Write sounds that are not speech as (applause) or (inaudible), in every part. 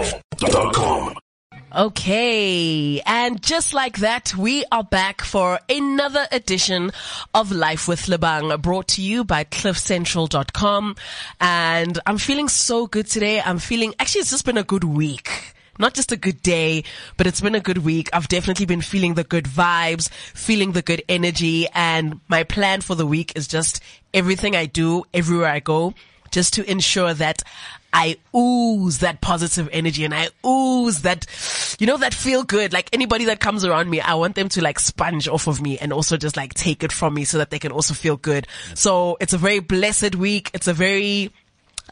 CliffCentral.com. Okay, and just like that, we are back for another edition of Life with Lebang, brought to you by CliffCentral.com. And I'm feeling so good today. I'm feeling, actually, it's just been a good week. Not just a good day, but it's been a good week. I've definitely been feeling the good vibes, feeling the good energy, and my plan for the week is just everything I do, everywhere I go, just to ensure that I ooze that positive energy and I ooze that, you know, that feel good. Like anybody that comes around me, I want them to like sponge off of me and also just like take it from me so that they can also feel good. So it's a very blessed week. It's a very,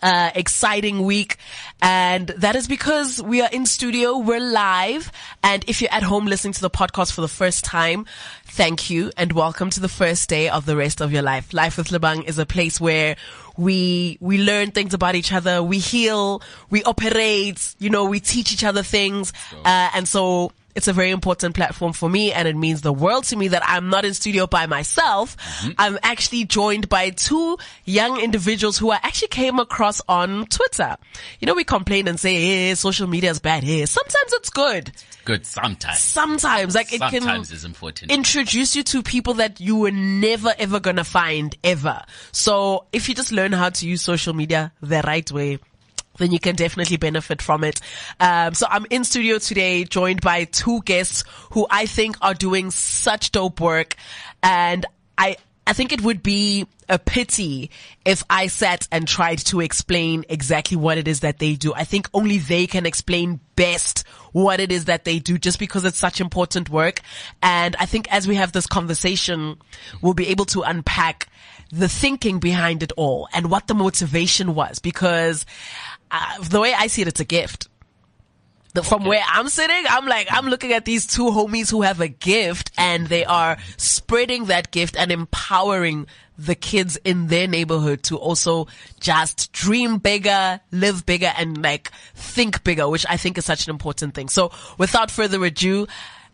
uh, exciting week. And that is because we are in studio. We're live. And if you're at home listening to the podcast for the first time, thank you and welcome to the first day of the rest of your life. Life with Lebang is a place where we, we learn things about each other. We heal. We operate. You know, we teach each other things. Uh, and so it's a very important platform for me and it means the world to me that I'm not in studio by myself. I'm actually joined by two young individuals who I actually came across on Twitter. You know, we complain and say, hey, social media is bad here. Sometimes it's good. Good sometimes. Sometimes, like it can Sometimes is important. introduce you to people that you were never ever gonna find ever. So if you just learn how to use social media the right way, then you can definitely benefit from it. Um, so I'm in studio today, joined by two guests who I think are doing such dope work, and I I think it would be a pity if I sat and tried to explain exactly what it is that they do. I think only they can explain best what it is that they do just because it's such important work. And I think as we have this conversation, we'll be able to unpack the thinking behind it all and what the motivation was because uh, the way I see it, it's a gift the, from where I'm sitting, I'm like, I'm looking at these two homies who have a gift and they are spreading that gift and empowering the kids in their neighborhood to also just dream bigger, live bigger and like think bigger, which I think is such an important thing. So without further ado,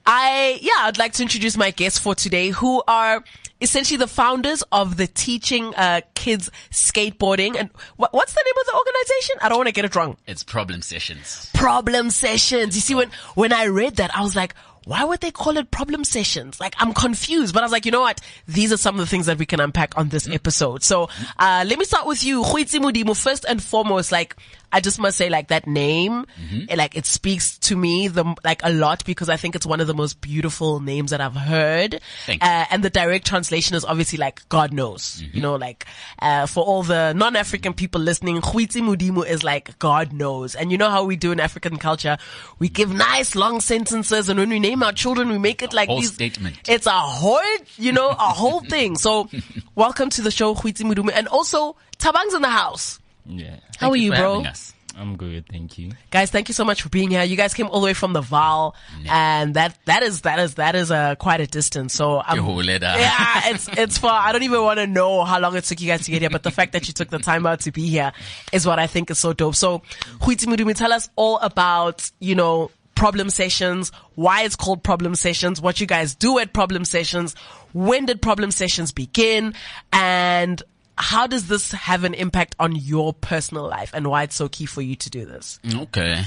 I, yeah, I'd like to introduce my guests for today who are essentially the founders of the teaching, uh, kids skateboarding. And wha what's the name of the organization? I don't want to get it wrong It's problem sessions. problem sessions. You see, when, when I read that, I was like, why would they call it problem sessions? Like, I'm confused, but I was like, you know what? These are some of the things that we can unpack on this episode. So, uh, let me start with you. Kgoitse Modimo, first and foremost, like, I just must say, like, that name, eh, like, it speaks to me, the, like, a lot because I think it's one of the most beautiful names that I've heard. Thank you. Uh, and the direct translation is obviously like, God knows, Mm-hmm. you know, like, uh, for all the non-African people listening, Huitzi Mudimu is like, God knows. And you know how we do in African culture? We give nice long sentences and when we name our children, we make it like whole these. statement. It's a whole, you know, a (laughs) whole thing. So welcome to the show, Huitzi Mudimu. And also, Tabang's in the house. Yeah. How are you, for bro? having us. I'm good, thank you. Guys, thank you so much for being here. You guys came all the way from the Val and that, that is, that is, that is uh, quite a distance. So um, I'm, Yo, let her- yeah, it's it's far. I don't even want to know how long it took you guys to get here, but the fact that you took the time out to be here is what I think is so dope. So, Huiti Mudumi, tell us all about you know problem sessions, why it's called problem sessions, what you guys do at problem sessions, when did problem sessions begin, and how does this have an impact on your personal life, and why it's so key for you to do this. Okay.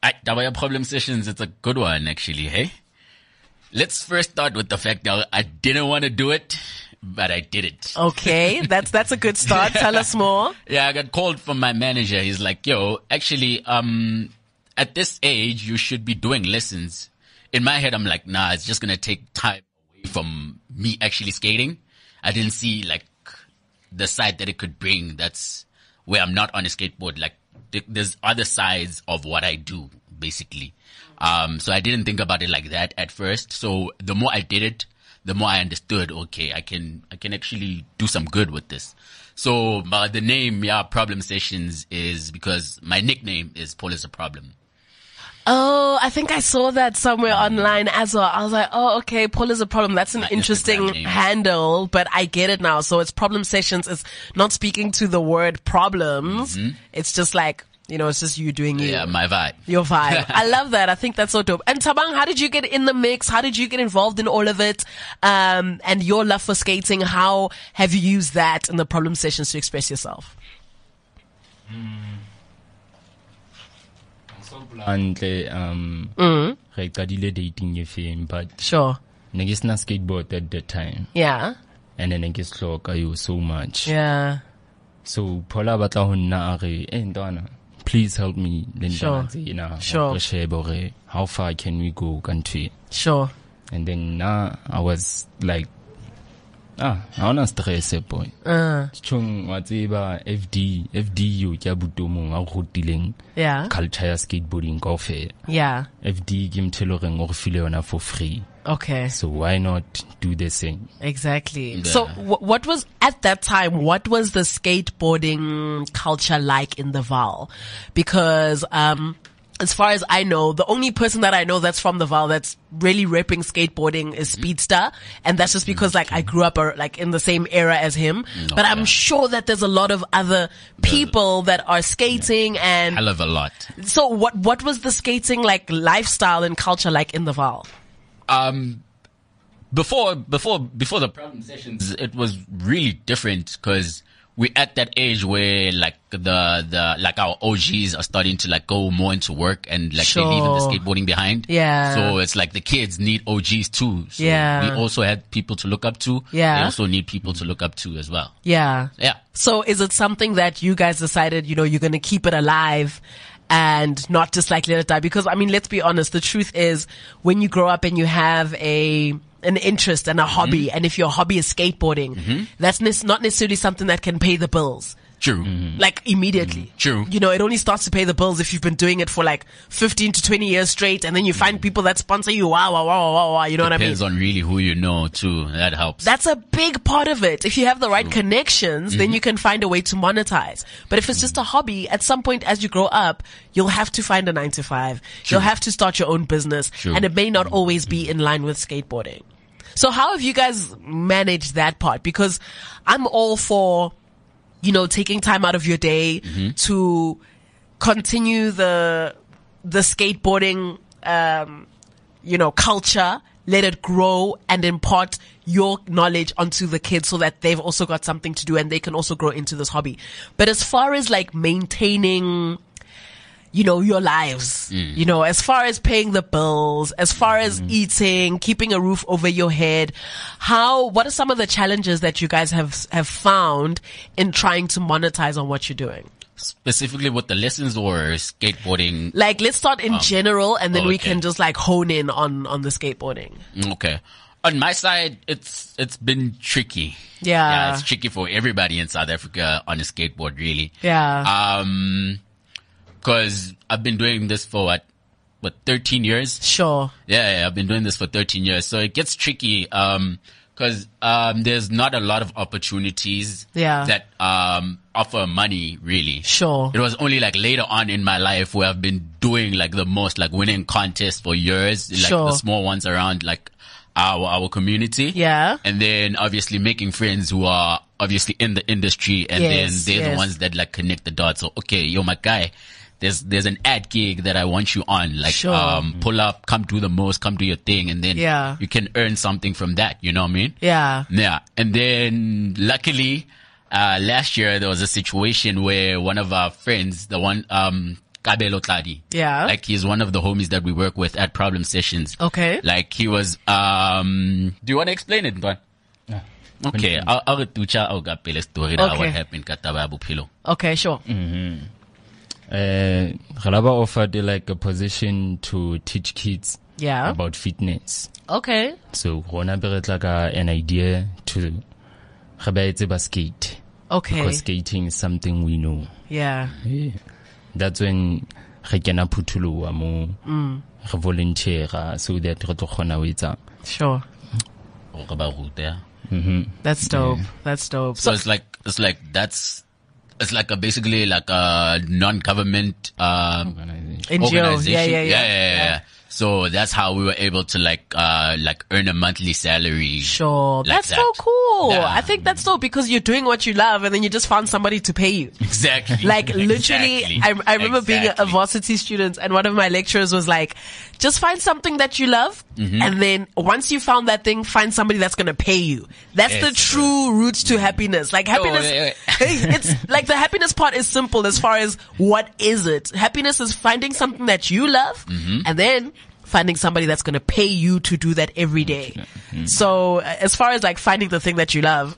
I, Dabaya problem sessions, it's a good one actually, hey? Let's first start with the fact that I didn't want to do it, but I did it. Oh. Okay, that's that's a good start. Tell us more. Yeah, I got called from my manager. He's like, yo, actually, um, at this age, you should be doing lessons. In my head, I'm like, nah, it's just going to take time away from me actually skating. I didn't see like the side that it could bring. That's where I'm not on a skateboard. Like th- there's other sides of what I do basically. Um, so I didn't think about it like that at first. So the more I did it, the more I understood, okay, I can, I can actually do some good with this. So uh, the name, yeah, Problem Sessions is because my nickname is Paul is a Problem. Oh, I think I saw that somewhere online as well. I was like, oh, okay, Paul is a problem. That's an My interesting Instagram name. handle, but I get it now. So it's problem sessions. It's not speaking to the word problems. It's just like, you know, it's just you doing you, Yeah, my vibe. your vibe. I love that. I think that's so dope. And Tabang, how did you get in the mix? How did you get involved in all of it? Um, and your love for skating, how have you used that in the problem sessions to express yourself? hantle um Mm. re qadile dating e feng but Sure. ne ke sena skateboard at the time Yeah. and ne ke se hloka yo so much Yeah. so paul a batla ho nna a re e ntwana please help me le Sure. ntwana tsena Sure. re shebe hore how far can we go ka ntho e. Sure. and then nna i was like ah ha ona stress eh, boy Uh, tjhong wa tseba fd fd yo ke a butomong a go rutileng yeah. culture ya skateboarding kaofela Yeah. fd ke mtho e le goreng o go file yona for free Okay. so why not do the same Exactly. Yeah. So w- what was at that time, what was the skateboarding culture like in the Val? Because, um, as far as I know, the only person that I know that's from the Val that's really ripping skateboarding is Mm-hmm. Speedstar. And that's just because like I grew up or, like in the same era as him. but I'm yeah. sure that there's a lot of other people that are skating and Hell of a lot. so what, what was the skating like lifestyle and culture like in the Val? um before before before the problem sessions it was really different because we're at that age where like the the like our OGs are starting to like go more into work and like they're leaving Sure. the skateboarding behind. Yeah. So it's like the kids need OGs too. So Yeah. we also had people to look up to. Yeah. They also need people to look up to as well. Yeah. Yeah. So is it something that you guys decided, you know, you're going to keep it alive and not just like let it die? Because I mean, let's be honest. The truth is when you grow up and you have a, an interest and a hobby, and if your hobby is skateboarding, that's nes- not necessarily something that can pay the bills. True. Like immediately. True. You know, it only starts to pay the bills if you've been doing it for like 15 to 20 years straight and then you find people that sponsor you. Wow, wow, wow, wow, wow. You know what I mean? Depends on really who you know too. That helps. That's a big part of it. If you have the right connections, then you can find a way to monetize. But if it's just a hobby, at some point as you grow up, you'll have to find a nine to five. You'll have to start your own business True. and it may not always be in line with skateboarding. So how have you guys managed that part? Because I'm all for, you know, taking time out of your day to continue the, the skateboarding, um, you know, culture, let it grow and impart your knowledge onto the kids so that they've also got something to do and they can also grow into this hobby. But as far as like maintaining, you know, your lives, you know, as far as paying the bills, as far as eating, keeping a roof over your head, how, what are some of the challenges that you guys have, have found in trying to monetize on what you're doing? Specifically with the lessons or skateboarding Like, let's start in general and then we okay. can just like hone in on, on the skateboarding. Mm, Okay. On my side, it's it's been tricky. Yeah. Yeah, it's tricky for everybody in South Africa on a skateboard, really. Yeah. Um, because I've been doing this for what, what, 13 years? sure. Yeah, yeah, I've been doing this for 13 years. So it gets tricky. Um, cause, um, there's not a lot of opportunities Yeah. that, um, offer money really. Sure. It was only like later on in my life where I've been doing like the most like winning contests for years, like Sure. the small ones around like our, our community. Yeah. And then obviously making friends who are obviously in the industry and Yes, then they're yes. the ones that like connect the dots. So, okay, yo, my guy, there's, there's an ad gig that I want you on. Like, Sure. um, pull up, come do the most, come do your thing. And then Yeah. you can earn something from that. You know what I mean? Yeah. Yeah. And then luckily, uh, last year there was a situation where one of our friends, the one, um, Kabelo Tladi. Yeah. Like he's one of the homies that we work with at problem sessions. Okay. Like he was, um, do you want to explain it, Don? Okay. I'll, I'll tucha au kapele story that Okay. what happened katababu pillow. Okay, sure. uh Galaba offered uh, like a position to teach kids Yeah. about fitness Okay. so rona be re tla ka an idea to re ba etse ba skate Okay. because skating is something we know Yeah. that's when re kena phutholoha mo re volunteera so that re tlo kgona ho etsang Sure. So, That's dope. That's dope. so So, it's like, it's like, that's, it's like a basically like a non-government, um, NGO. Yeah, yeah, yeah. yeah, yeah. So that's how we were able to like uh like earn a (laughs) monthly salary. Sure. Like that's that. so cool. Yeah. I think that's dope because you're doing what you love and then you just found somebody to pay (laughs) you. Exactly. Like literally, Exactly. I, I remember being a Exactly. varsity student and one of my lecturers was like, just find something that you love. Mm-hmm. And then once you found that thing, find somebody that's going to pay you. That's the Yes. true route to happiness. Like happiness, (laughs) yeah, yeah. it's like the happiness part is simple as far as what is it? Happiness is finding finding something that you love and then finding somebody that's going to pay you to do that every day. So uh, as far as like finding the thing that you love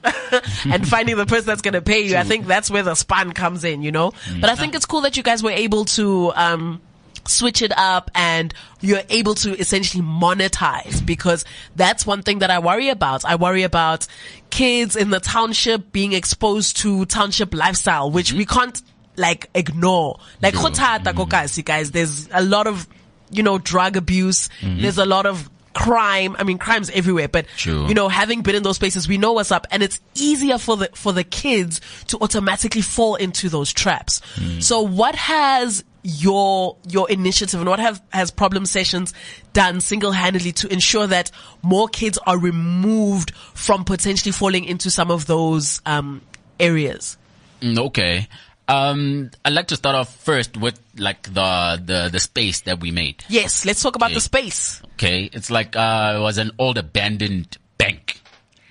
(laughs) and finding the person that's going to pay you, I think that's where the span comes in, you know, but I think it's cool that you guys were able to, um, switch it up and you're able to essentially monetize because that's one thing that I worry about. I worry about kids in the township being exposed to township lifestyle, which we can't like ignore. Like Khotata Kokasi, guys, there's a lot of, you know, drug abuse. There's a lot of crime. I mean, crime's everywhere, but True. you know, having been in those spaces, we know what's up and it's easier for the, for the kids to automatically fall into those traps. Mm. So what has your, your initiative and what have, has problem sessions done single-handedly to ensure that more kids are removed from potentially falling into some of those, um, areas? Mm, Okay. Um, I'd like to start off first with like the, the, the space that we made. Yes, let's talk about the space. Okay. It's like, uh, it was an old abandoned bank.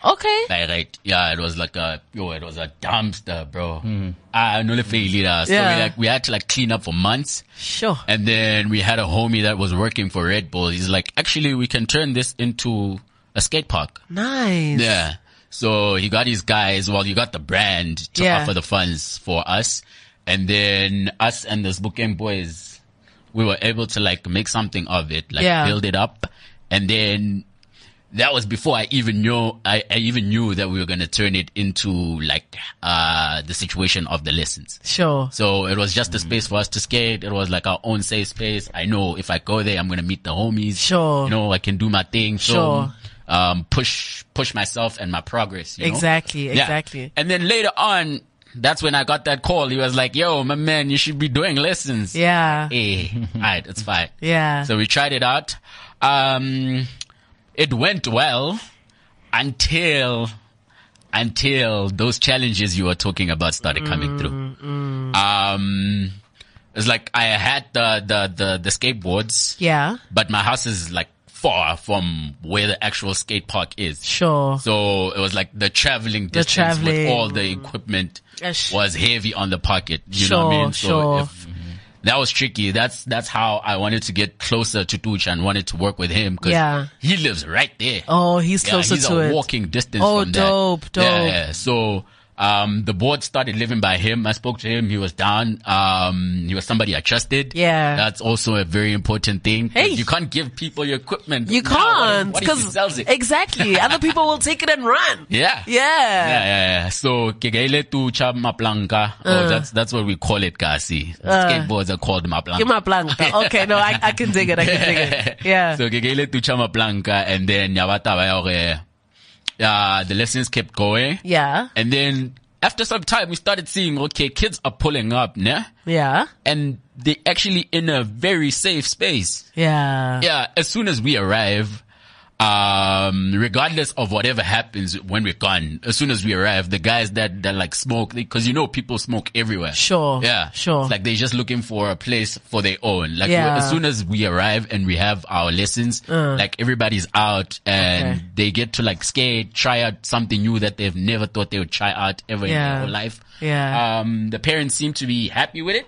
Okay. Like, right. Yeah. It was like a, yo, it was a dumpster, bro. Ah, no, So Hmm. Yeah. we like, we had to like clean up for months. Sure. And then we had a homie that was working for Red Bull. He's like, actually, we can turn this into a (laughs) skate park. Nice. Yeah. So he got his guys, well, you got the brand to Yeah. offer the funds for us. And then us and the Spokane boys, we were able to like make something of it, like Yeah. build it up. And then that was before I even knew, I, I even knew that we were going to turn it into like, uh, the situation of the lessons. Sure. So it was just a space for us to skate. It was like our own safe space. I know if I go there, I'm going to meet the homies. Sure. You know, I can do my thing. So, Sure. um, push, push myself and my progress. You know? Exactly, Yeah. exactly. And then later on, that's when I got that call. He was like, yo, my man, you should be doing lessons. Yeah. Hey, all right, it's fine. (laughs) Yeah. So we tried it out. Um, it went well until until those challenges you were talking about started coming through. Mm, Um, it's like I had the the the, the skateboards, Yeah. but my house is like far from where the actual skate park is. Sure. So it was like the traveling distance traveling. with all the equipment Yes. was heavy on the pocket. You know what I Sure, mean? So sure. if that was tricky. That's that's how I wanted to get closer to Tuch and wanted to work with him because Yeah. he lives right there. Oh, he's Yeah, closer he's to a it. walking distance. Oh, from that. dope, Yeah, dope. yeah. So um, the board started living by him. I spoke to him. He was down. Um, he was somebody I trusted. Yeah. that's also a very important thing. 'cause Hey. you can't give people your equipment. You Now, what if- can't what if he because sells it? exactly other people will take it and run. (laughs) Yeah. Yeah. Yeah, yeah, yeah. So kegaile tu cha maplanka. Uh. Oh, that's that's what we call it, Kasi. Skateboards are called maplanka. Give my (laughs) planka. Okay, no, I, I can dig it. I can dig it. Yeah. So kegaile tu cha maplanka, and then yabata bayore. Uh, the lessons kept going, yeah. and then after some time, we started seeing okay, kids are pulling up, ne? Yeah. And they actually in a very safe space. Yeah. Yeah, as soon as we arrive, um, regardless of whatever happens when we're gone, as soon as we arrive, the guys that, that like smoke, because you know people smoke everywhere. Sure, Yeah. sure. It's like they're just looking for a place for their own. Like Yeah. Uh. as soon as we arrive and we have our lessons, like everybody's out and Okay. they get to like skate, try out something new that they've never thought they would try out ever in Yeah. their whole life. Yeah. Um, the parents seem to be happy with it.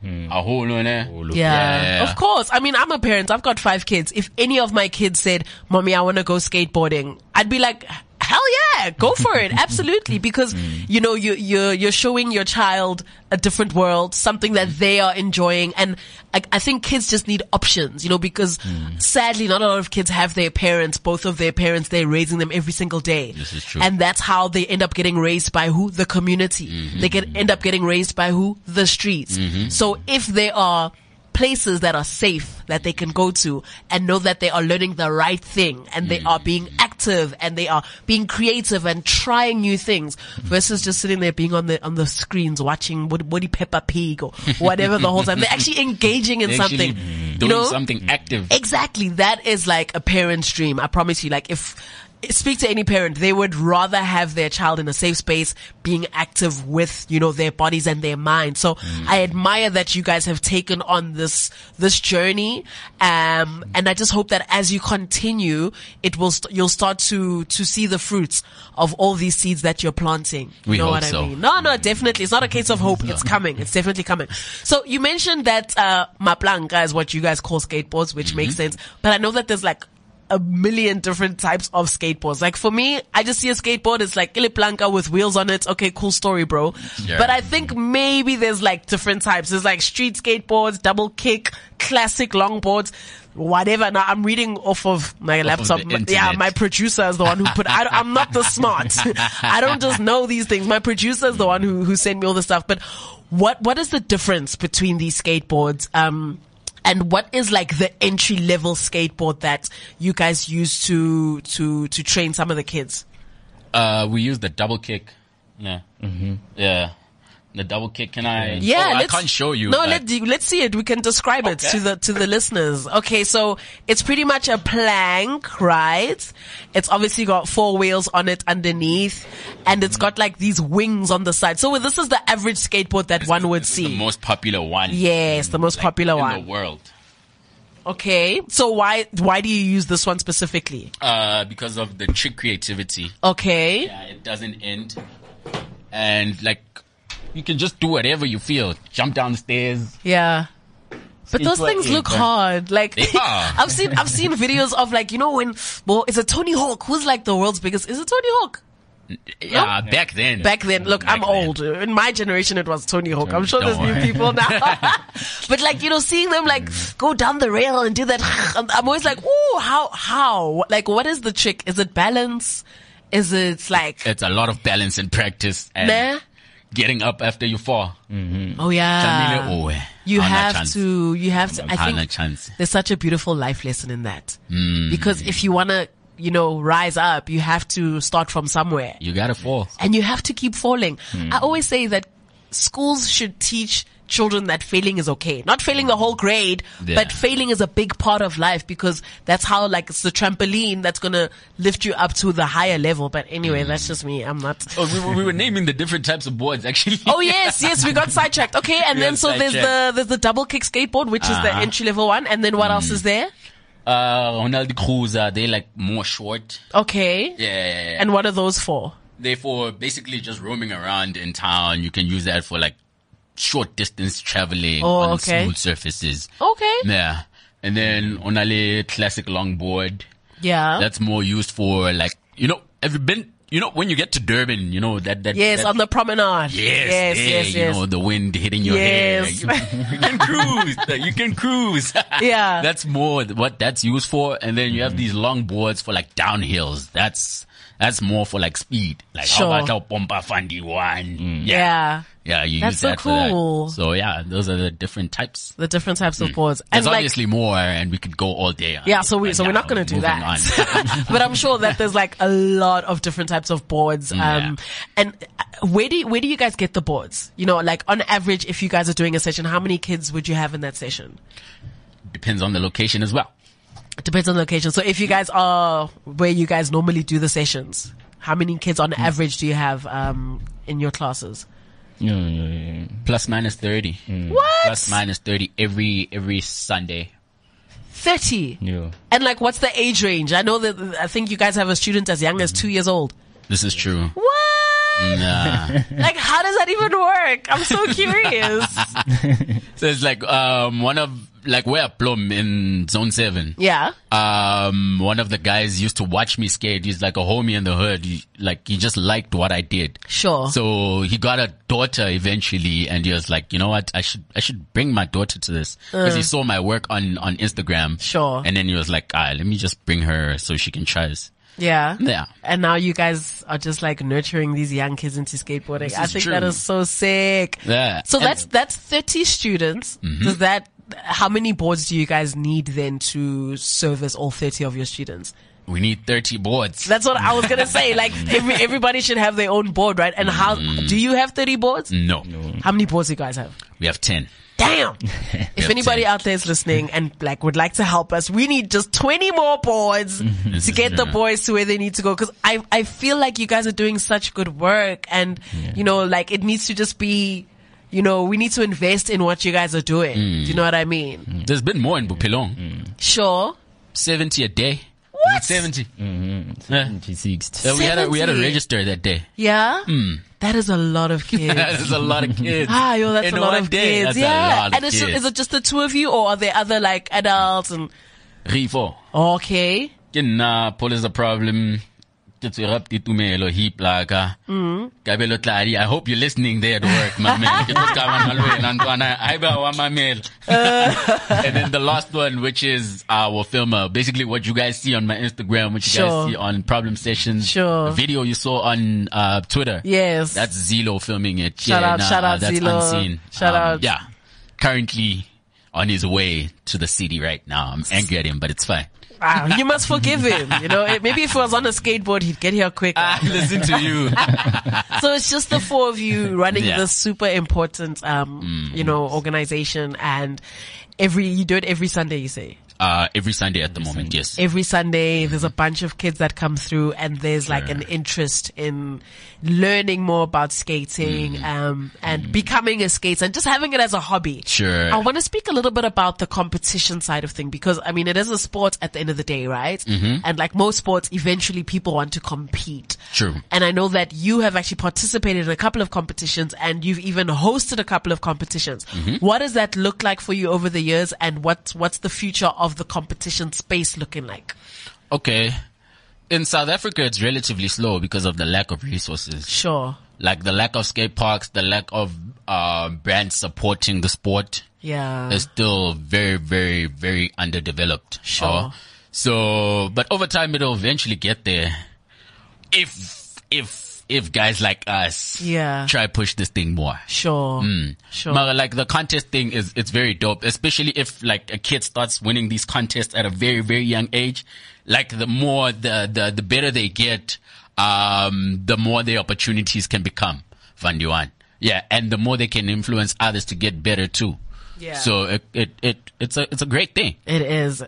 A whole lot, eh? Yeah. Yeah. Of course. I mean, I'm a parent. I've got five kids. If any of my kids said, mommy, I want to go skateboarding, I'd be like, hell yeah, go for (laughs) it. Absolutely. Because, Mm. you know, you, you're, you're showing your child a different world, something that they are enjoying. And I, I think kids just need options, you know, because Mm. sadly, not a lot of kids have their parents, both of their parents, they're raising them every single day. This is true. And and that's how they end up getting raised by who the community Mm-hmm. they get end up getting raised by who the streets so if they are places that are safe that they can go to and know that they are learning the right thing and they Mm-hmm. are being active and they are being creative and trying new things versus just sitting there being on the on the screens watching Wood- Woody Peppa Pig or whatever the whole time they're actually engaging in They're actually something mm. doing you know Eh. something active. Exactly. That is like a parent's dream. I promise you. Like if speak to any parent, they would rather have their child in a safe space being active with, you know, their bodies and their minds. So Mm. I admire that you guys have taken on this, this journey. Um, and I just hope that as you continue, it will, st- you'll start to, to see the fruits of all these seeds that you're planting. You We know hope what I so. mean? No, no, definitely. It's not a case of hope. It's coming. It's definitely coming. So you mentioned that, uh, maplanka is what you guys call skateboards, which makes sense. But I know that there's like, a million different types of skateboards. Like for me, I just see a skateboard. It's like Iliplanka with wheels on it. Okay, cool story, bro. Yeah. But I think maybe there's like different types. There's like street skateboards, double kick, classic longboards, whatever. Now I'm reading off of my laptop. the yeah, internet. my producer is the one who put, I, don't- I'm not the smart. (laughs) I don't just know these things. My producer is the one who, who sent me all this stuff. But what, what is the difference between these skateboards? Um, and what is like the entry level skateboard that you guys use to, to, to train some of the kids? Uh, we use the double kick. Yeah. Mm-hmm. Yeah. The double kick. Can I? Yeah, Oh, I let's- can't show you. No, but- let let let's see it. We can describe it Okay. to the to the listeners. Okay, so it's pretty much a plank, right? It's obviously got four wheels on it underneath, and it's got like these wings on the side. So this is the average skateboard that one would this is the see. most popular one. Yes, the most like, popular in one. the world. Okay, so why why do you use this one specifically? Uh, because of the trick creativity. Okay, Yeah, it doesn't end. And like, you can just do whatever you feel. Jump down the stairs. Yeah. But those Skateboard things is look a- hard. Like They are. (laughs) I've seen I've seen videos of like, you know when well, is it Tony Hawk? Who's like the world's biggest is it Tony Hawk? Yeah, back then. Back then, look, I'm Back then. old. In my generation it was Tony Hawk. I'm sure Don't there's new worry. people (laughs) now. (laughs) but like, you know, seeing them like go down the rail and do that (laughs) I'm- I'm always like, "Ooh, how how? Like what is the trick? Is it balance? Is it like It's a lot of balance and practice and nah? getting up after you fall. Oh yeah. Tlamehile owe. You Haona have chance. to, you have to, I Haona think chance. Hmm. there's such a beautiful life lesson in that. Because if you want to, you know, rise up, you have to start from somewhere You gotta fall. and you have to keep falling. Hmm. I always say that schools should teach children that failing is okay. Not failing the whole grade, Yeah. but failing is a big part of life because that's how like it's the trampoline that's going to lift you up to the higher level. But anyway, Hmm. that's just me. I'm not. Oh, we, were- we were naming the different types of boards actually. Oh yes, yes, we got sidetracked. Okay, and We then got so there's the sidetracked. there's the double kick skateboard, which is the Uh-huh. Mm. entry level one, and then what else is there? (laughs) Uh, Ronald Cruz, uh, they like more short. Okay, Yeah, yeah, yeah. and what are those for? they for basically just roaming around in town. You can use that for like short distance traveling Oh, on okay. smooth surfaces. Okay, Yeah. And then on a classic longboard, yeah, that's more used for like, you know, have you been, you know, when you get to Durban, you know, that, that, yes, that- on the promenade. Yes, yes, yeah, yes, you yes. know the wind hitting your Yes. hair. (laughs) You, you can cruise. (laughs) You can cruise. Yeah. that's more th- what that's used for. And then you have these long boards for like downhills. That's that's more for like speed. Like Sure. how about how Pompa Fundi one? Yeah, yeah. yeah. You That's use so that cool. for that. So yeah, those are the different types. the different types of boards. And Mm. There's like, obviously more, and we could go all day. on yeah, it, so we but so we're now not going to do (laughs) moving on. that. but I'm sure that there's like a lot of different types of boards. Um, Mm, yeah. and uh, where do you, where do you guys get the boards? You know, like on average, if you guys are doing a session, how many kids would you have in that session? Depends on the location as well. It depends on the location. So if you guys are where you guys normally do the sessions, how many kids on average do you have um in your classes? Yeah, yeah, yeah. Plus minus thirty. What? Plus minus thirty every every Sunday. Thirty. yeah. And like, what's the age range? I know that I think you guys have a student as young as two years old. This (laughs) is true. What? Nah. Like, how does that even work? I'm so curious. So it's like um one of like we're at Plum in Zone Seven. Yeah. Um, one of the guys used to watch me skate. He's like a homie in the hood. He, like he just liked what I did. Sure. So he got a daughter eventually, and he was like, you know what? I should I should bring my daughter to this because he saw my work on on Instagram. Uh. Sure. And then he was like, ah, let me just bring her so she can try this. yeah. Yeah. And now you guys are just like nurturing these young kids into skateboarding. I is think true. that is so sick. Yeah. So And- Mm-hmm. that's that's 30 students. Does that how many boards do you guys need then to service all 30 of your students? We need thirty boards. That's what I was going to (laughs) say. Like every, everybody should have Mm-hmm. their own board, right? And how do you have 30 boards? no, How many boards do you guys have? we have ten. (laughs) Damn. if anybody out there is listening and like would like to help us, we need just 20 more (laughs) boards to get the boys to where they need to go. Cause I, I feel like you guys are doing such good work and you know, like it needs to just be, you know, we need to invest in what you guys are doing. Mm. Do you know what I mean? There's been more in Bupilong. Sure. 70 a day. Mm. What? Mm-hmm. 70. Yeah. 26th. Yeah, we had a we had a 70. register that day. Yeah. Mm. That is a lot (laughs) of kids. There's a lot of kids. Ah, yo, that's in a lot one of day. kids. That's yeah. a lot of and it's kids. just, is it just the two of you or are there other like adults and Re four. okay. ke nna police a problem ke tswere up ditumelo heap laka Mm-hmm. kabelo tladi i hope you're listening there at work my man ke tlo ska bana le wena ntwana haebe ha wa mamela Uh. and then the last one which is our filmer basically what you guys see on my instagram what you Sure. guys see on problem sessions Sure. the video you saw on uh, twitter Yes. that's Zilo filming it Shout yeah, out- nah, shout out that's Zilo. unseen Um, Shout out. yeah currently on his way to the city right now i'm angry at him but it's fine Wow, you must forgive him. You know, It- maybe if he was on a skateboard, he'd get here quicker. I listen to you. (laughs) so it's just the four of you running Yeah. Mm. this super important, um, you know, organization and every, you do it every Sunday, you say. (laughs) Uh, every Sunday at the moment, yes. Every Sunday, there's Mm-hmm. a bunch of kids that come through and there's like an interest in learning more about skating, Mm. um, and becoming a skater and just having it as a hobby. Sure. I want to speak a little bit about the competition side of thing because I mean it is a sport at the end of the day, right? And like most sports, eventually people want to compete. True. And I know that you have actually participated in a couple of competitions and you've even hosted a couple of competitions. What does that look like for you over the years and what what's the future of the competition space looking like? Okay. In South Africa, it's relatively slow because of the lack of resources. Sure. Like the lack of skate parks, the lack of, uh, brands supporting the sport Yeah. is still very, very, very underdeveloped. Sure. Uh, so, but over time, it'll eventually get there. If, if, if guys like us Yeah. try push this thing more. sure. Sure. Mara, like the contest thing is it's very dope, especially if like a kid starts winning these contests at a very very young age. Like the more the the the better they get, um, the more their opportunities can become. Van Yuan. yeah, and the more they can influence others to get better too. Yeah. So it it, it it's a it's a great thing. It is.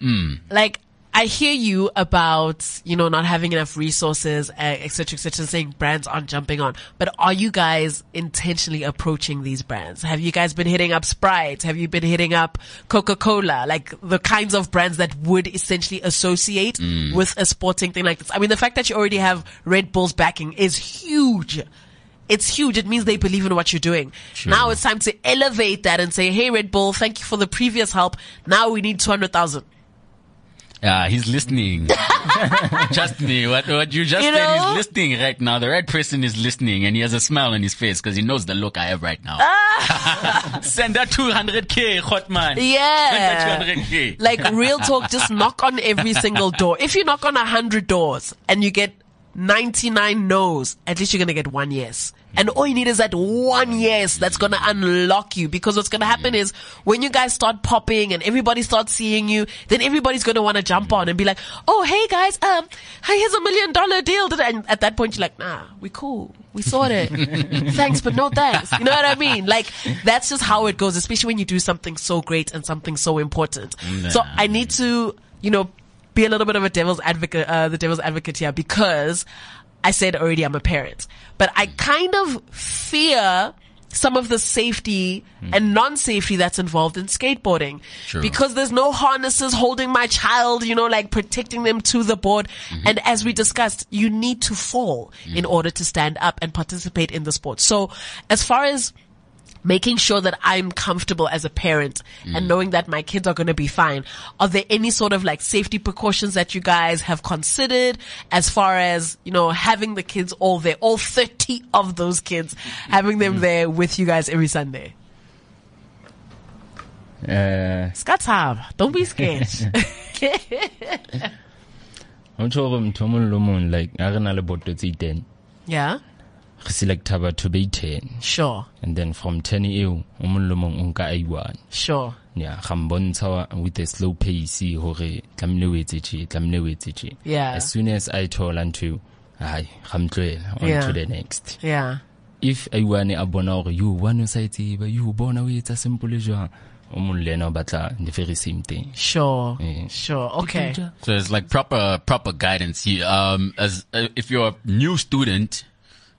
Like, I hear you about, you know, not having enough resources, uh, et cetera, et cetera, saying brands aren't jumping on. But are you guys intentionally approaching these brands? Have you guys been hitting up Sprite? Have you been hitting up Coca-Cola? Like the kinds of brands that would essentially associate with a sporting thing like this. I mean, the fact that you already have Red Bull's backing is huge. It's huge. It means they believe in what you're doing. Now it's time to elevate that and say, "Hey, Red Bull, thank you for the previous help. Now we need two hundred thousand. Uh, (laughs) he's listening. Trust me, what what you just You said, know? he's listening right now. The right person is listening, and he has a smile on his face because he knows the look I have right now. (laughs) Send that 200k, hot man. Ah. Yeah. Send that 200k. like real talk. Just knock on every single door. If you knock on hundred doors and you get ninety nine no's, at least you're gonna get one yes. And all you need is that one yes that's gonna unlock you because what's gonna happen is when you guys start popping and everybody starts seeing you, then everybody's gonna wanna jump on and be like, oh hey guys, um, hey, here's a million dollar deal. And at that point you're like, nah, we cool. We sort it. thanks, but no thanks. You know what I mean? Like that's just how it goes, especially when you do something so great and something so important. So I need to, you know, be a little bit of a devil's advocate, uh, the devil's advocate here because I said already I'm a parent, but I kind of fear some of the safety and non-safety that's involved in skateboarding Sure. because there's no harnesses holding my child, you know, like protecting them to the board. And as we discussed, you need to fall in order to stand up and participate in the sport. So as far as making sure that I'm comfortable as a parent and knowing that my kids are going to be fine. Are there any sort of like safety precautions that you guys have considered as far as, you know, having the kids all there, all 30 of those kids, having them there with you guys every Sunday? Uh, Skatab, don't be scared. (laughs) I'm sure motho o mong le o mong, like, ha re na le boto tse 10, yeah, re select-a batho ba 10. sure, And then from 10 eo, o mong le o mong o nka a i-one. sure. Yeah, ra mbontsha with a slow pace hore tlamehile o etse tje, tlamehile o etse tje. Yeah. As soon as I thola ntho, ai, ra mtlohela, on Yeah. to the next. Yeah. if aiwane a bona gore yo one o sa e tseba yo bona o etsa simple jwang o mong le ena o batla the very same thing Sure. Yeah. Sure. Okay. So it's like proper proper guidance. You, um, as uh, if you're a new student,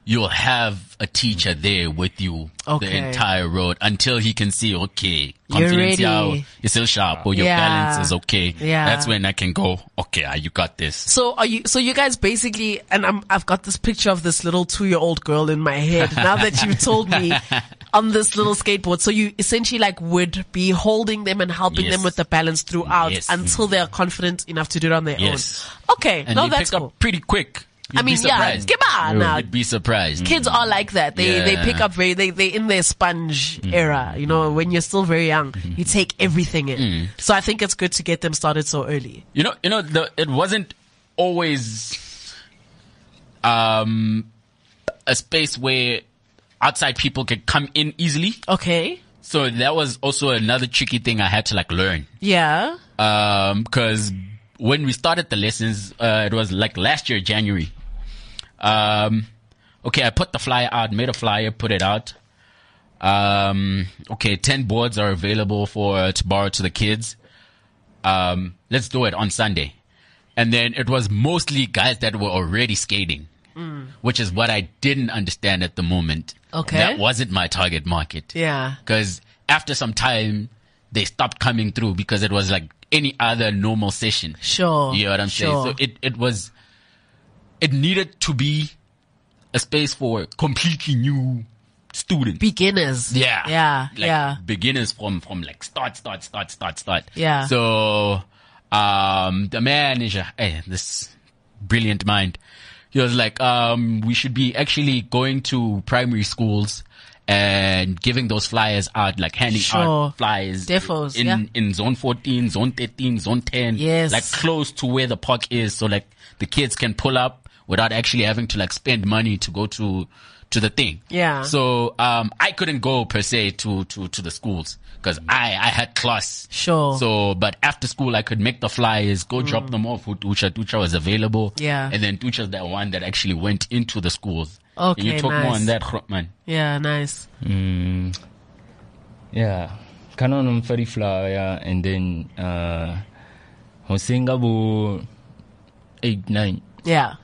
you'll have a teacher there with you Okay. the entire road until he can see. Okay, You're ready. out, you're still sharp, or your Yeah. balance is okay. Yeah. that's when I can go. Okay, ah, you got this. So are you? So you guys basically, and I'm, I've got this picture of this little two-year-old girl in my head. Now that (laughs) you've told me on this little skateboard, so you essentially like would be holding them and helping Yes. them with the balance throughout Yes. until they are confident enough to do it on their Yes. own. Okay, And no, you that's pick cool. up pretty quick. You'd I mean, be yeah, surprised. give on now. You'd be surprised. Kids are like that. They they Yeah. Mm. pick up very they they in their sponge era. You know, when you're still very young, Mm-hmm. you take everything in. Mm. So I think it's good to get them started so early. You know, you know, the, it wasn't always um, a space where outside people could come in easily. Okay. So that was also another tricky thing I had to like learn. Yeah. Um, cause when we started the lessons, uh, it was like last year, January. Um, okay. I put the flyer out, made a flyer, put it out. Um, okay. 10 boards are available for uh, to borrow to the kids. Um, let's do it on Sunday. And then it was mostly guys that were already skating, which is what I didn't understand at the moment. Okay. That wasn't my target market Yeah. because after some time they stopped coming through because it was like any other normal session. Sure. You know what I'm sure. saying? So it, it was, it needed to be a space for completely new students. beginners. yeah. Yeah. Like yeah. Beginners from, from like start, start, start, start, start. Yeah. So, um, the manager, eh, this brilliant mind, he was like, um, we should be actually going to primary schools and giving those flyers out, like handing Sure. out flyers Defos, in, yeah. in zone 14, zone 13, zone 10. Yes. Like close to where the park is. So like the kids can pull up without actually having to like spend money to go to, to the thing. Yeah. So, um, I couldn't go per se to, to, to the schools because I, I had class. Sure. Mm. So, but after school, I could make the flyers, go drop them off with Tucha. Tucha was available. Yeah. And then Tucha's that one that actually went into the schools. Okay, Can you talk nice. more on that, Grotman? Yeah. Nice. Hmm. yeah kana o nomfa di-flower and then uh hoseng ka bo eight nine Yeah.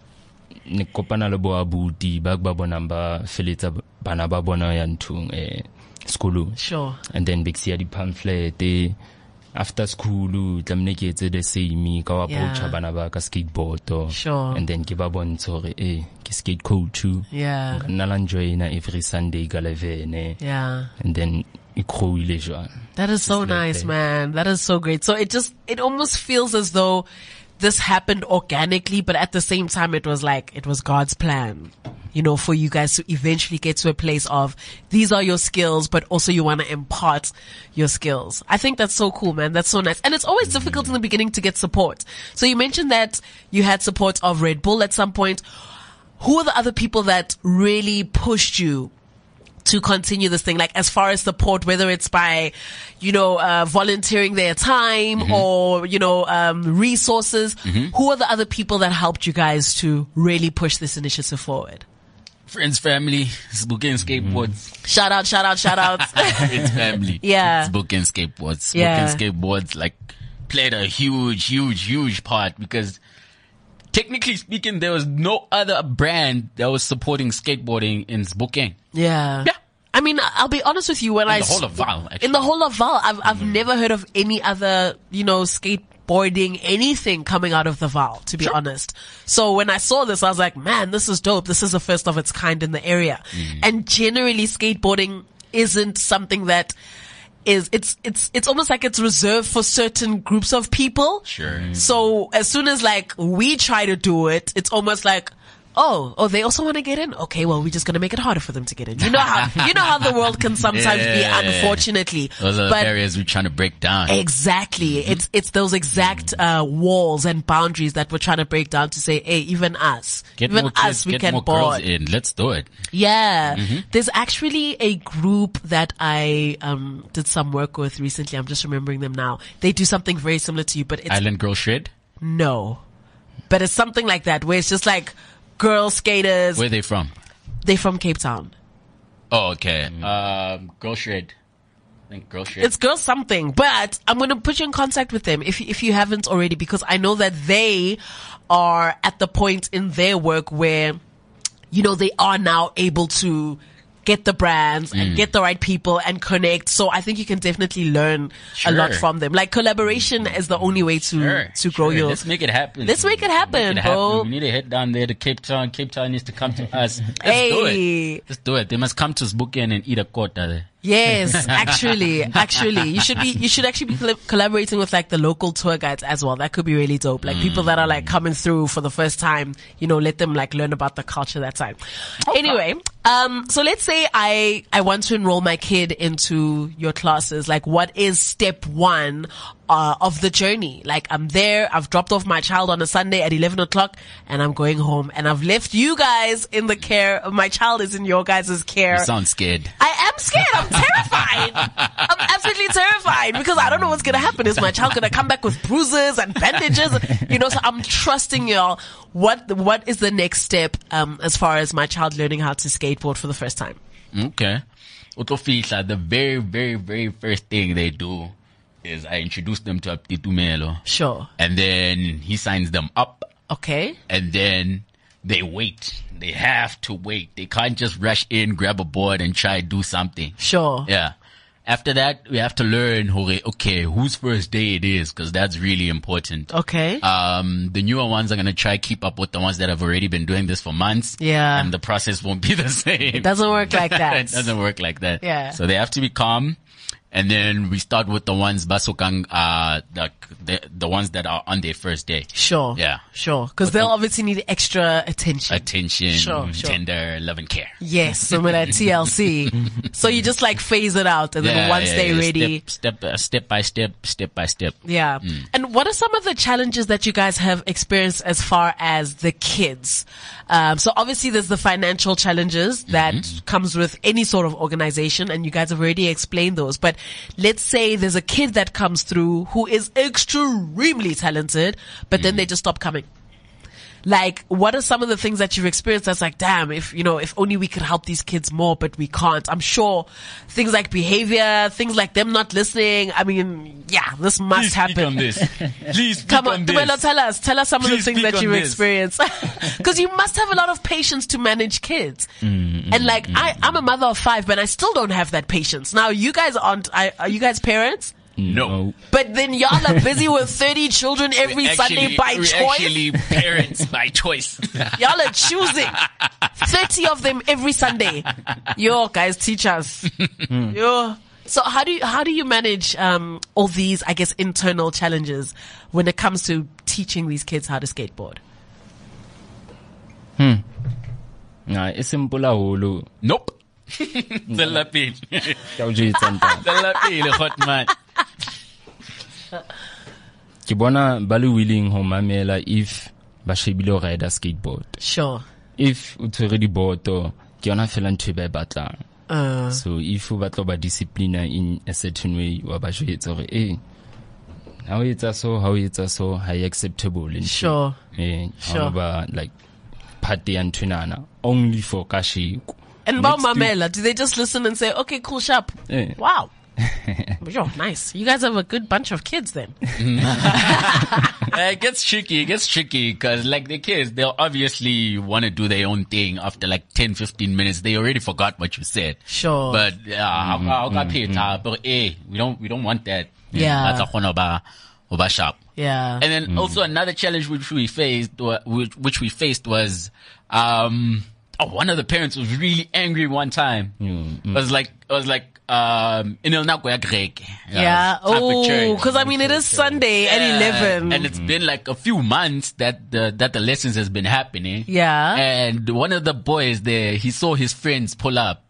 ne ke kopana le bo abuti ba ba bonang ba feletsa bana ba bona ya nthong eh sekolong Sure. and then be siya di-pamphlet eh, after school tlamehile ke etse the same ka wa Yeah. approacha bana ba ka skateboard oh. Sure. and then ke ba bontshe hore eh ke skate coach Yeah. nka nna la njoina every sunday ka levene Yeah. and then e growile jwang That is so like nice, that. man. That is so great. So it just, it almost feels as though this happened organically, but at the same time, it was like, it was God's plan, you know, for you guys to eventually get to a place of these are your skills, but also you want to impart your skills. I think that's so cool, man. That's so nice. And it's always difficult in the beginning to get support. So you mentioned that you had support of Red Bull at some point. Who are the other people that really pushed you to continue this thing, like as far as support, whether it's by, you know, uh, volunteering their time or, you know, um, resources. Who are the other people that helped you guys to really push this initiative forward? Friends, family, Spooking Skateboards. Shout out, shout out, shout out. (laughs) It's family. Yeah. It's book and skateboards. Yeah. Book and skateboards like played a huge, huge, huge part because technically speaking, there was no other brand that was supporting skateboarding in Spokane. yeah. Yeah. I mean, I'll be honest with you. When I the whole s- of Val, actually. Mm. in the whole of Val, I've I've never heard of any other you know skateboarding anything coming out of the Val. To be honest, so when I saw this, I was like, man, this is dope. This is the first of its kind in the area, Mm. and generally skateboarding isn't something that is it's it's it's almost like it's reserved for certain groups of people. Sure. So as soon as like we try to do it, it's almost like, oh, oh, they also want to get in. Okay, well, we're just gonna make it harder for them to get in. You know (laughs) how you know how the world can sometimes Yeah. be, unfortunately. Those are the But- barriers we're trying to break down. Exactly. It's it's those exact Mm. uh, walls and boundaries that we're trying to break down to say, hey, even us, Get even more us, kids, we get can more girls board. in. Let's do it. Yeah. There's actually a group that I um did some work with recently. I'm just remembering them now. They do something very similar to you, but it's Island Girl Shred. no. But it's something like that where it's just like girl skaters. Where are they from? They're from Cape Town. Oh, okay. Um, Girl Shred. I think girl shit. It's girl something, but I'm going to put you in contact with them if if you haven't already, because I know that they are at the point in their work where, you know, they are now able to get the brands and Mm. get the right people and connect. So I think you can definitely learn a lot Sure. Mm. from them. Like collaboration is the only way to Sure, Mm, to grow sure. your. Let's make it happen. Let's make it happen, bro. We need to head down there to Cape Town. Cape Town needs to (laughs) come to us. Let's do Hey. it. Let's do it. They must come to Spokane and eat a quarter there. Yes, actually, actually, you should be you should actually be colla- collaborating with like the local tour guides as well. That could be really dope. Like people that are like coming through for the first time, you know, let them like learn about the culture that time. Anyway, um, so let's say I I want to enroll my kid into your classes. Like, what is step one? Uh, of the journey. Like I'm there, I've dropped off my child on a Sunday at 11 o'clock and I'm going home and I've left you guys in the care. My child is in your guys' care. You sound scared. I am scared. I'm terrified. I'm absolutely terrified because I don't know what's gonna happen. Is my child gonna come back with bruises and bandages? You know, so I'm trusting y'all. What What is the next step um, as far as my child learning how to skateboard for the first time? Okay. Utofisha, the very, very, very first thing they do is I introduce them to Aptitu Melo. Sure. And then he signs them up. Okay. And then they wait. They have to wait. They can't just rush in, grab a board, and try do something. Sure. Yeah. After that, we have to learn, okay, okay whose first day it is, because that's really important. Okay. Um, the newer ones are going to try keep up with the ones that have already been doing this for months. Yeah. And the process won't be (laughs) the same. It Doesn't work like (laughs) it that. doesn't work like that. Yeah. So they have to be calm. And then we start with the ones basukang, uh, like the, the ones that are on their first day. Sure. Yeah. Sure. Because they'll obviously need extra attention. Attention, Sure, sure. tender, love and care. Yes, similar at (laughs) TLC. so you just like phase it out, and then once yeah, they're yeah. ready, Step, step, uh, step by step, step by step. Yeah. And what are some of the challenges that you guys have experienced as far as the kids? Um, so obviously there's the financial challenges that comes with any sort of organization and you guys have already explained those. But let's say there's a kid that comes through who is extremely talented, but then they just stop coming. Like, what are some of the things that you've experienced that's like, damn, if, you know, if only we could help these kids more, but we can't. I'm sure things like behavior, things like them not listening. I mean, yeah, this must happen. this. Please speak Come on, Dumelo, tell us. Tell us some of the Please things speak that on you've (laughs) this. experienced. Because you must have a lot of patience to manage kids. Mm, and like, I, I'm a mother of five, but I still don't have that patience. Now, you guys aren't, I, are you guys parents? No. But then y'all are busy (laughs) with 30 children every Sunday by we're choice. Actually, parents by choice. Y'all are choosing 30 of them every Sunday. Yo, guys, teach us. Hmm. Yo. So how do you, how do you manage, um, all these, I guess, internal challenges when it comes to teaching these kids how to skateboard? Nah, e simple haholo (laughs) nope. Tswella pele. ke a o jwetsa ntate. Tswella pele, hot (laughs) man. ke bona ba le willing ho mamela if ba shebile ho rida skateboard Sure. if o tshwere diboto ke yona fela ntho e ba e batlang Uh, so if o batla ho ba disciplina in a certain way wa ba jwetsa hore e ha o etsa so ha o etsa so ha e acceptable ntho e." Sure. eh Sure. ha ba like party ya nthwenana only for kashiko and about Next week- Mamela, do they just listen and say, okay, cool, sharp? Eh. (laughs) Wow. Yo, nice. You guys have a good bunch of kids then. Uh, it gets tricky. It gets tricky because, like, the kids, they'll obviously want to do their own thing after like 10, 15 minutes. They already forgot what you said. Sure. But, uh, I'll get paid. uh, But, eh, we don't, we don't want that. Yeah. That's a corner of our- of our shop. Yeah. And then also another challenge which we faced, wa- which, which we faced was, um, oh, one of the parents was really angry one time. It was like, it was like, um, in El Nagoya Greg. yeah. Oh, church. because I mean, it is Sunday at 11. And it's been like a few months that the that the lessons has been happening. Yeah. And one of the boys there, he saw his friends pull up,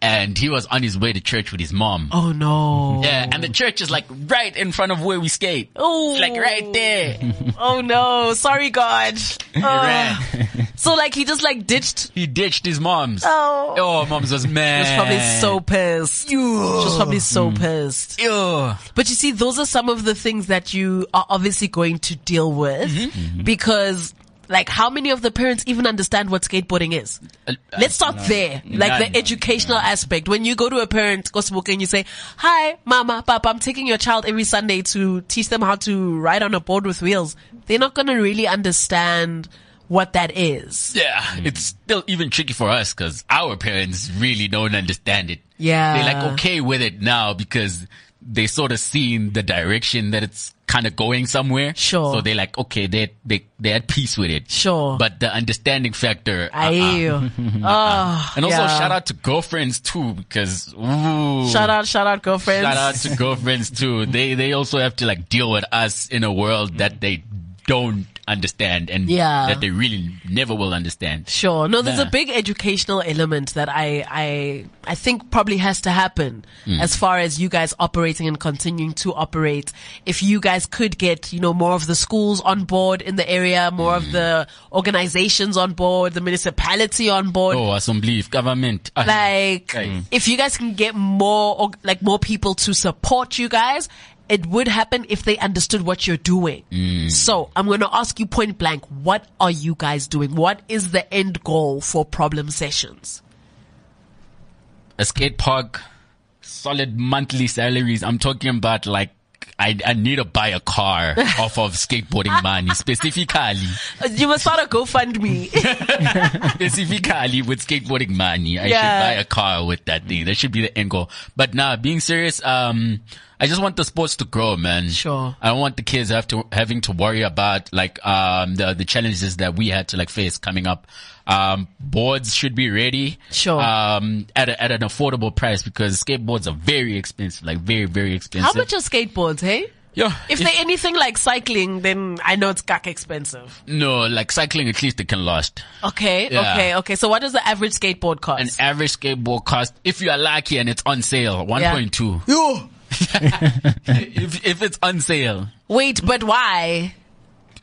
and he was on his way to church with his mom. oh no. Yeah, and the church is like right in front of where we skate. Oh, It's like right there. Oh no, sorry God. Uh, Right. so like he just like ditched. He ditched his mom's. Oh. Oh, mom's (laughs) was She mad. was probably so pissed. She was probably so Mm. pissed. (laughs) Ew. But you see, Mm-hmm. those are some of the things that you are obviously going to deal with because Like, how many of the parents even understand what skateboarding is? Uh, Let's start there. Like none, the none, educational aspect. When you go to a parent, Gospel, and you say, Hi, mama, papa, I'm taking your child every Sunday to teach them how to ride on a board with wheels. They're not going to really understand what that is. Yeah, it's still even tricky for us because our parents really don't understand it. Yeah. They're like okay with it now because they sort of seen the direction that it's kind of going somewhere. Sure. So they're like, okay, they they they're at peace with it. Sure. But the understanding factor. I uh-uh. hear (laughs) you. oh, And also yeah. shout out to girlfriends too because ooh, Shout out, shout out, girlfriends. shout out to girlfriends too. They they also have to like deal with us in a world that they don't understand and Yeah. that they really never will understand. Sure. No, there's a Nah. big educational element that I, I, I think probably has to happen as far as you guys operating and continuing to operate. If you guys could get, you know, more of the schools on board in the area, more of the organizations on board, the municipality on board. Oh, assembly, government. ah, Like, Mm. if you guys can get more, or, like more people to support you guys, it would happen if they understood what you're doing. Mm. So I'm going to ask you point blank, what are you guys doing? What is the end goal for problem sessions? a skate park, solid monthly salaries. I'm talking about like I, I need to buy a car off of skateboarding money, specifically, Uh, You must start a (laughs) GoFundMe. specifically with skateboarding money. I Yeah. should buy a car with that thing. That should be the end goal. But nah, being serious, um, I just want the sports to grow, man. Sure. I don't want the kids have to having to worry about like um the the challenges that we had to like face coming up. Um, boards should be ready. Sure. Um, at a, at an affordable price because skateboards are very expensive, like very very How expensive. much are skateboards, hey? Yeah. If they're anything like cycling, then I know it's gack expensive. no, like cycling, at least it can last. Okay, Yeah. okay, okay. So what does the average skateboard cost? An average skateboard cost, if you are lucky and it's on sale, one point two. (laughs) if if it's on sale, Wait, but why?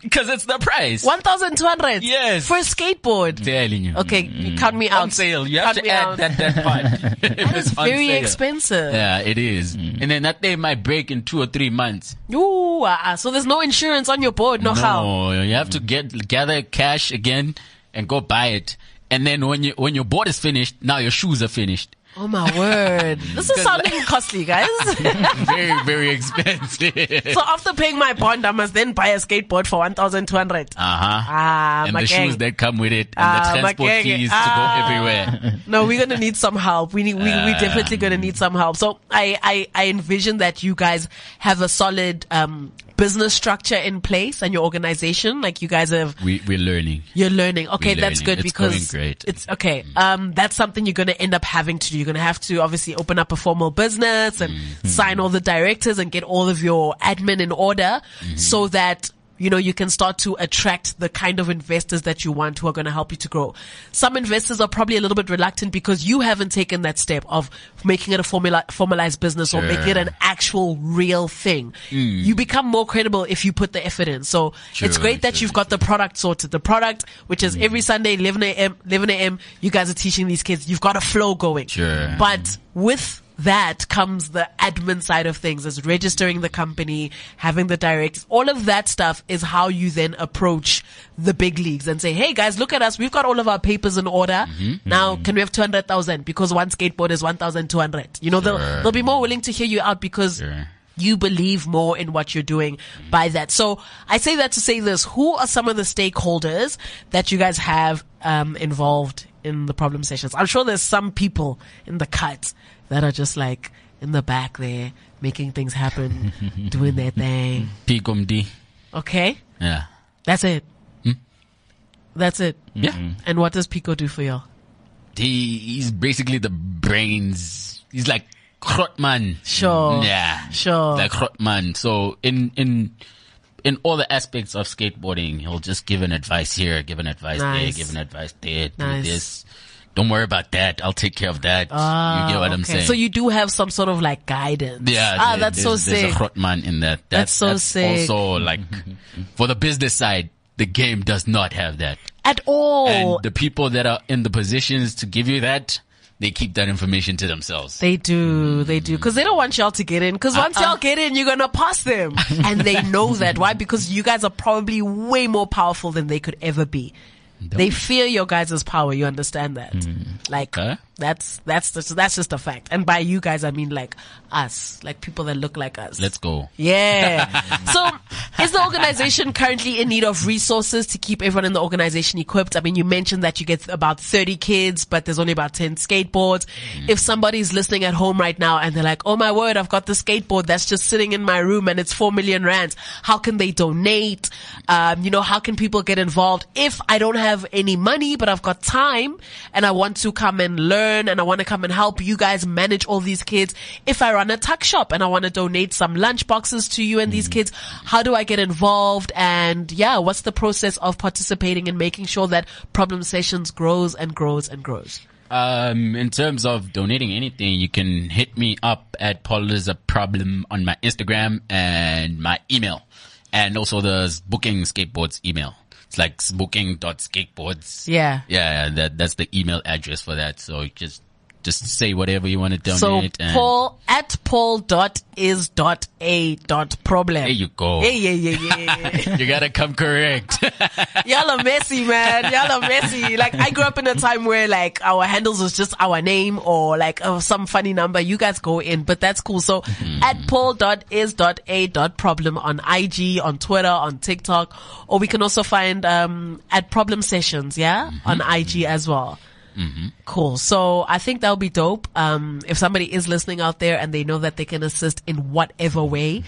because it's the price. 1,200? Yes. Mm. For a skateboard? Telling you. Okay, count me out. on sale. You have Cut to me add out. that (laughs) that part. (laughs) If That is on very sale. expensive. Hmm. Yeah, it is. And then that day might break in two or three months. Ooh, ah, ah, so there's no insurance on your board, no, Oh, how? No, you have to get gather cash again and go buy it. And then when you when your board is finished, now your shoes are finished. (laughs) Oh my (laughs) word. This is sounding costly, (laughs) guys. Very very expensive. so after paying my bond, I must then buy a skateboard for 1,200. Uh huh. Ah, and my the gang. shoes that come with it, and Ah, my the transport gang. fees Ah. to go everywhere. No, we're gonna need some help. We need, we, we're definitely gonna need some help. So I, I, I envision that you guys have a solid, um, business structure in place and your organization. Like you guys have We we're learning. You're learning. Okay, We're that's learning. good It's because going great. it's okay. Um, that's something you're going to end up having to do. You're going to have to obviously open up a formal business and Mm-hmm. sign all the directors and get all of your admin in order Mm-hmm. so that you know, you can start to attract the kind of investors that you want who are going to help you to grow. Some investors are probably a little bit reluctant because you haven't taken that step of making it a formula, formalized business or making it Sure. Mm. an actual real thing. You become more credible if you put the effort in. So it's True, great that true, you've got the product sorted. The product, which is every Sunday, 11 a.m., 11 a.m., you guys are teaching these kids. You've got a flow going. Sure. But with that comes the admin side of things is registering the company, having the directors, all of that stuff is how you then approach the big leagues and say, Hey guys, look at us. We've got all of our papers in order. Mm-hmm. Now can we have 200,000? Because one skateboard is 1,200. You know, they'll, Sure. they'll be more willing to hear you out because Sure. you believe more in what you're doing by that. So I say that to say this: Who are some of the stakeholders that you guys have um, involved in the problem sessions? I'm sure there's some people in the cut that are just like in the back there making things (laughs) happen, doing their thing. PGMD. Okay, Yeah. that's it. That's it. Hmm? Yeah. And what does Pico do for you? Mm. He he's basically the brains. He's like Krotman. Sure. Yeah. Sure. Like Krotman. So in in in all the aspects of skateboarding, he'll just give an advice here, give an advice Nice. there, give an advice there, do Nice. this. Don't worry about that. I'll take care of that. Ah, you get what I'm okay. saying? So you do have some sort of like guidance. Yeah. Ah, there- that's so there's- sick. There's a Krotman in that. That's That's, so sick. Also, like, for the business side, the game does not have that. At all. And the people that are in the positions to give you that, they keep that information to themselves. They do, they do, because they don't want y'all to get in. Because once y'all get in, you're gonna pass them, and they know that. Why? Because you guys are probably way more powerful than they could ever be. They fear your guys' power. You understand that? Like Okay. that's that's just, that's just a fact. And by you guys, I mean like us, like people that look like us. Let's go. Yeah. (laughs) so, is the organization currently in need of resources to keep everyone in the organization equipped? I mean, you mentioned that you get about 30 kids, but there's only about 10 skateboards. If somebody's listening at home right now and they're like, oh my word, I've got the skateboard that's just sitting in my room and it's 4 million rands, how can they donate? Um, you know, how can people get involved? If I don't have any money, but I've got time and I want to come and learn and I want to come and help you guys manage all these kids. If I run a tuck shop and I want to donate some lunch boxes to you and Mm. these kids, how do I get involved? And yeah, what's the process of participating and making sure that problem sessions grows and grows and grows? Um, in terms of donating anything, you can hit me up at Paul is a problem on my Instagram and my email, and also the booking skateboards email. It's like booking.skateboards. Yeah. Yeah, that that's the email address for that. So you just just say whatever you want to donate. So and Paul at Paul dot is dot a dot problem. there you go. Yeah, yeah, yeah, yeah, yeah. You gotta come correct. (laughs) Y'all are messy, man. Y'all are messy. Like I grew up in a time where like our handles was just our name or like oh, some funny number. You guys go in, but that's cool. So at paul.is.a.problem on IG, on Twitter, on TikTok, or we can also find, um, at problem sessions. Yeah. On IG as well. Cool. So I think that'll be dope. Um, if somebody is listening out there and they know that they can assist in whatever way,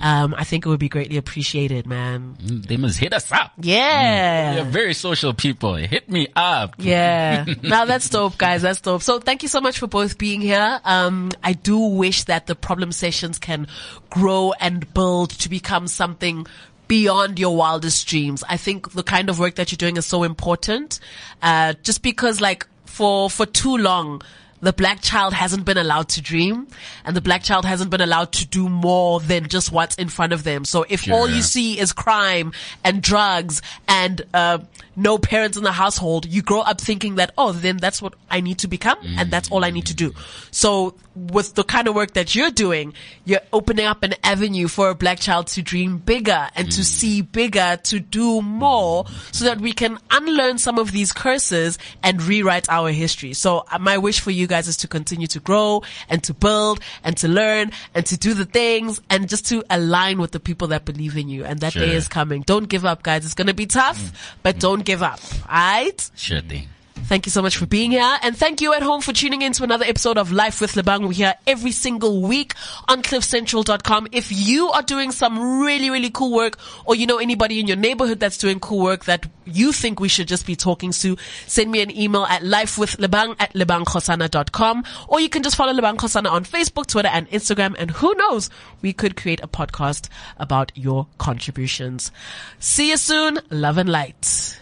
um, I think it would be greatly appreciated, man. they must hit us up. Yeah. We're very social people. Hit me up. Yeah. now that's dope, guys. That's dope. So thank you so much for both being here. Um, I do wish that the problem sessions can grow and build to become something beyond your wildest dreams. I think the kind of work that you're doing is so important. Uh, just because like for, for too long, the black child hasn't been allowed to dream and the black child hasn't been allowed to do more than just what's in front of them. So if all you Yeah. see see is crime and drugs and uh, no parents in the household, you grow up thinking that, oh, then that's what I need to become and that's all I need to do. So with the kind of work that you're doing, you're opening up an avenue for a black child to dream bigger and to see bigger, to do more so that we can unlearn some of these curses and rewrite our history. So uh, my wish for you guys is to continue to grow and to build and to learn and to do the things and just to align with the people that believe in you. And that day Sure. is coming. Don't give up, guys. It's going to be tough, but don't give up. All right. Sure thing. Thank you so much for being here. And thank you at home for tuning in to another episode of Life with Lebang. We're here every single week on cliffcentral.com. If you are doing some really, really cool work or you know anybody in your neighborhood that's doing cool work that you think we should just be talking to, send me an email at lifewithlebang at lebangkhosana.com or you can just follow Lebang Khosana on Facebook, Twitter and Instagram. And who knows, we could create a podcast about your contributions. See you soon. Love and light.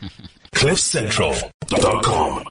CliffCentral.com.